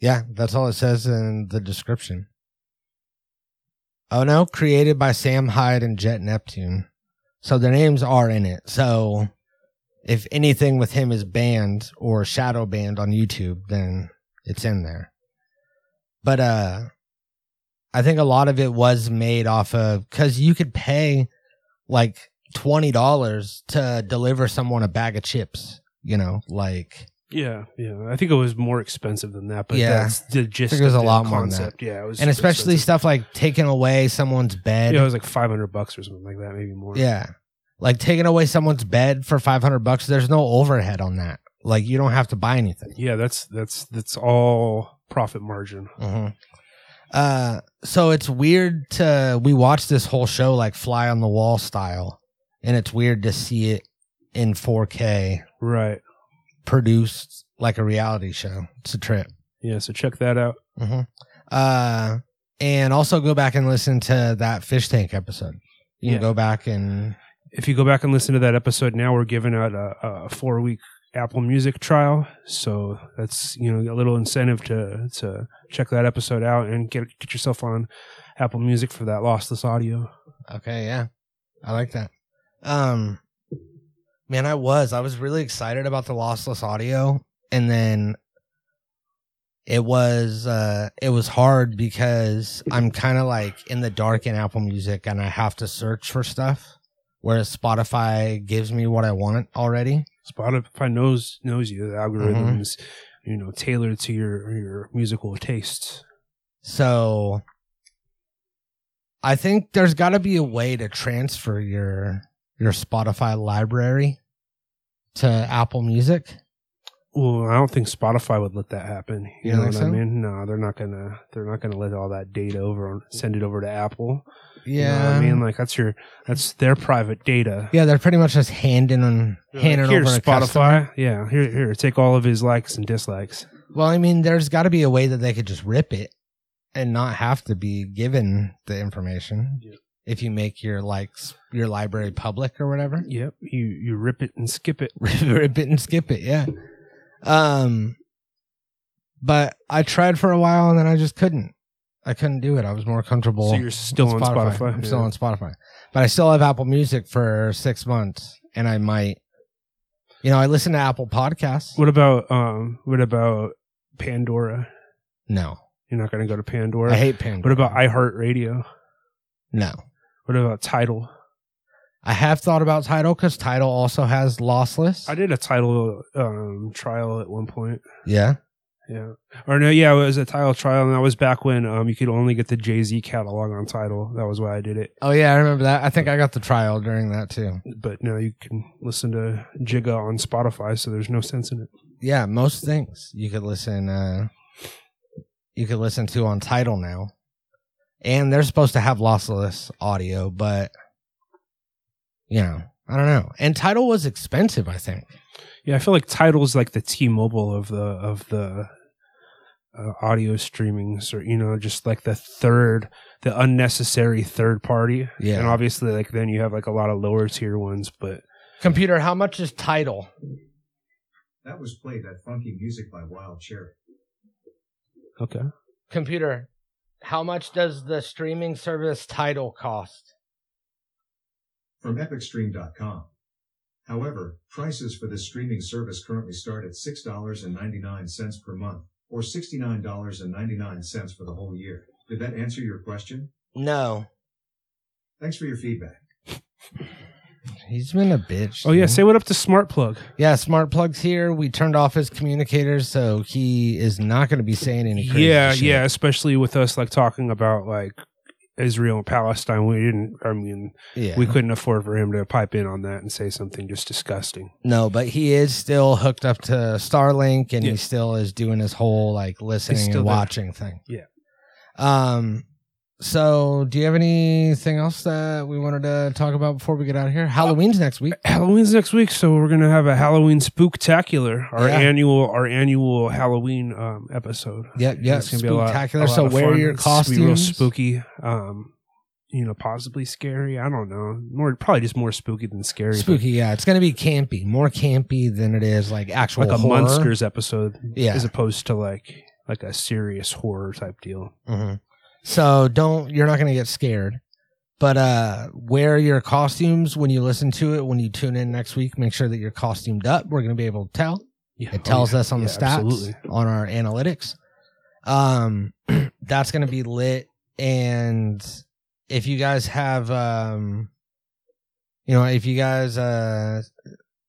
S2: Yeah, that's all it says in the description. Oh no, created by Sam Hyde and Jet Neptune. So their names are in it. So if anything with him is banned or shadow banned on YouTube, then it's in there. But uh I think a lot of it was made off of cuz you could pay like twenty dollars to deliver someone a bag of chips. You know, like
S3: Yeah, yeah. I think it was more expensive than that, but
S2: Yeah.
S3: that's the gist
S2: it was
S3: of
S2: a
S3: the
S2: lot more than that.
S3: concept. Yeah, it was
S2: and
S3: super
S2: especially
S3: expensive.
S2: stuff like taking away someone's bed.
S3: yeah, it was like five hundred bucks or something like that, maybe more.
S2: Yeah. Like taking away someone's bed for 500 bucks, there's no overhead on that. Like you don't have to buy anything.
S3: yeah. That's that's that's all profit margin.
S2: Mhm. Uh, so it's weird to, we watched this whole show like fly on the wall style, and it's weird to see it in 4K
S3: Right.
S2: produced like a reality show. It's a trip.
S3: Yeah. So check that out.
S2: hmm Uh, and also go back and listen to that fish tank episode.
S3: Yeah.
S2: You can go back and
S3: If you go back and listen to that episode now, we're giving out a, a four week Apple Music trial, so that's you know a little incentive to to check that episode out and get get yourself on Apple Music for that lossless audio.
S2: Okay, yeah. I like that. Um man, I was. I was really excited about the lossless audio and then it was uh it was hard because I'm kind of like in the dark in Apple Music and I have to search for stuff whereas Spotify gives me what I want already.
S3: Spotify knows knows you. The
S2: Mm-hmm.
S3: algorithm is, you know, tailored to your your musical tastes.
S2: So I think there's got to be a way to transfer your your Spotify library to Apple Music.
S3: Well, I don't think Spotify would let that happen. You
S2: You
S3: know
S2: think
S3: what I
S2: so?
S3: mean? No, they're not gonna they're not gonna let all that data over on send it over to Apple. You know what
S2: Yeah.
S3: I mean, like that's your that's their private data.
S2: Yeah, they're pretty much just handing and
S3: They're like,
S2: handing
S3: here,
S2: over to Spotify.
S3: Spotify. Yeah, here, here, take all of his likes and dislikes.
S2: Well, I mean, there's got to be a way that they could just rip it and not have to be given the information
S3: Yeah.
S2: if you make your likes your library public or whatever.
S3: Yep, you you rip it and skip it.
S2: rip it and skip it, yeah. Um, but I tried for a while and then I just couldn't. I couldn't do it. I was more comfortable.
S3: so you're still on Spotify.
S2: I'm still
S3: Yeah.
S2: on Spotify, but I still have Apple Music for six months, and I might. You know, I listen to Apple Podcasts.
S3: What about um? What about Pandora?
S2: No,
S3: You're not gonna go to Pandora.
S2: I hate Pandora.
S3: What about iHeartRadio?
S2: No,
S3: What about Title?
S2: I have thought about Title because Title also has lossless.
S3: I did a Title um, trial at one point.
S2: yeah,
S3: Yeah, or no, yeah, it was a Title trial, and that was back when um, you could only get the Jay Z catalog on Title. That was why I did it.
S2: oh yeah, I remember that. I think I got the trial during that too.
S3: But now you can listen to Jigga on Spotify, so there's no sense in it.
S2: Yeah, most things you could listen. uh You could listen to on Title now, and they're supposed to have lossless audio, but you know, I don't know. And Title was expensive, I think.
S3: Yeah, I feel like Title's like the T-Mobile of the of the uh, audio streamings, or you know, just like the third, the unnecessary third party.
S2: Yeah.
S3: and obviously, like then you have like a lot of lower tier ones, but
S2: Computer, how much is Title?
S4: That was Play That Funky Music by Wild Cherry.
S3: okay.
S2: Computer, how much does the streaming service Title cost?
S4: From EpicStream.com. However, prices for this streaming service currently start at $6.99 per month, or $69.99 for the whole year. Did that answer your question?
S2: No,
S4: Thanks for your feedback.
S2: He's been a bitch.
S3: Oh yeah,
S2: dude.
S3: say what up to Smart Plug.
S2: yeah. Smart plugs here. We turned off his communicators, so he is not going to be saying any. Crazy
S3: yeah
S2: shit.
S3: yeah especially with us like talking about like israel and palestine we didn't i mean
S2: yeah.
S3: we couldn't afford for him to pipe in on that and say something just disgusting
S2: no, but he is still hooked up to Starlink, and
S3: Yeah.
S2: he still is doing his whole like listening
S3: still
S2: and
S3: there.
S2: watching thing.
S3: Yeah.
S2: Um. So, do you have anything else that we wanted to talk about before we get out of here? Halloween's next week.
S3: halloween's next week so we're gonna have a halloween spooktacular our
S2: Yeah.
S3: annual our annual halloween um episode
S2: Yep, yep.
S3: It's gonna be a lot-
S2: Spectacular.
S3: a lot
S2: So
S3: of
S2: wear
S3: fun.
S2: your
S3: It's gonna be real
S2: costumes.
S3: spooky um you know possibly scary i don't know more probably just more spooky than scary but
S2: Spooky, yeah. It's gonna be campy, more campy than it is like actual
S3: like a
S2: horror.
S3: monsters episode
S2: Yeah.
S3: as opposed to like like a serious horror type deal
S2: Mhm. So don't you're not gonna get scared, but uh wear your costumes when you listen to it. When you tune in next week, make sure that you're costumed up. We're gonna be able to tell.
S3: Yeah. Oh,
S2: It tells us on the
S3: Yeah,
S2: stats
S3: absolutely.
S2: on our analytics. Um, that's gonna be lit. And if you guys have, um, you know, if you guys, uh,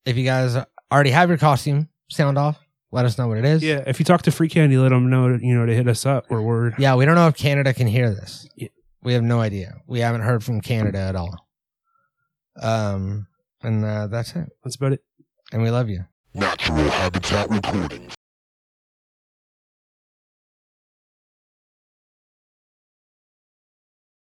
S2: if you guys already have your costume, sound off. Let us know what it is.
S3: Yeah, if you talk to Free Candy, let them know you know to hit us up. We're word.
S2: Yeah, we don't know if Canada can hear this.
S3: Yeah.
S2: We have no idea. We haven't heard from Canada at all. Um, and uh, that's it.
S3: That's about it.
S2: And we love you.
S1: Natural Habitat Recordings.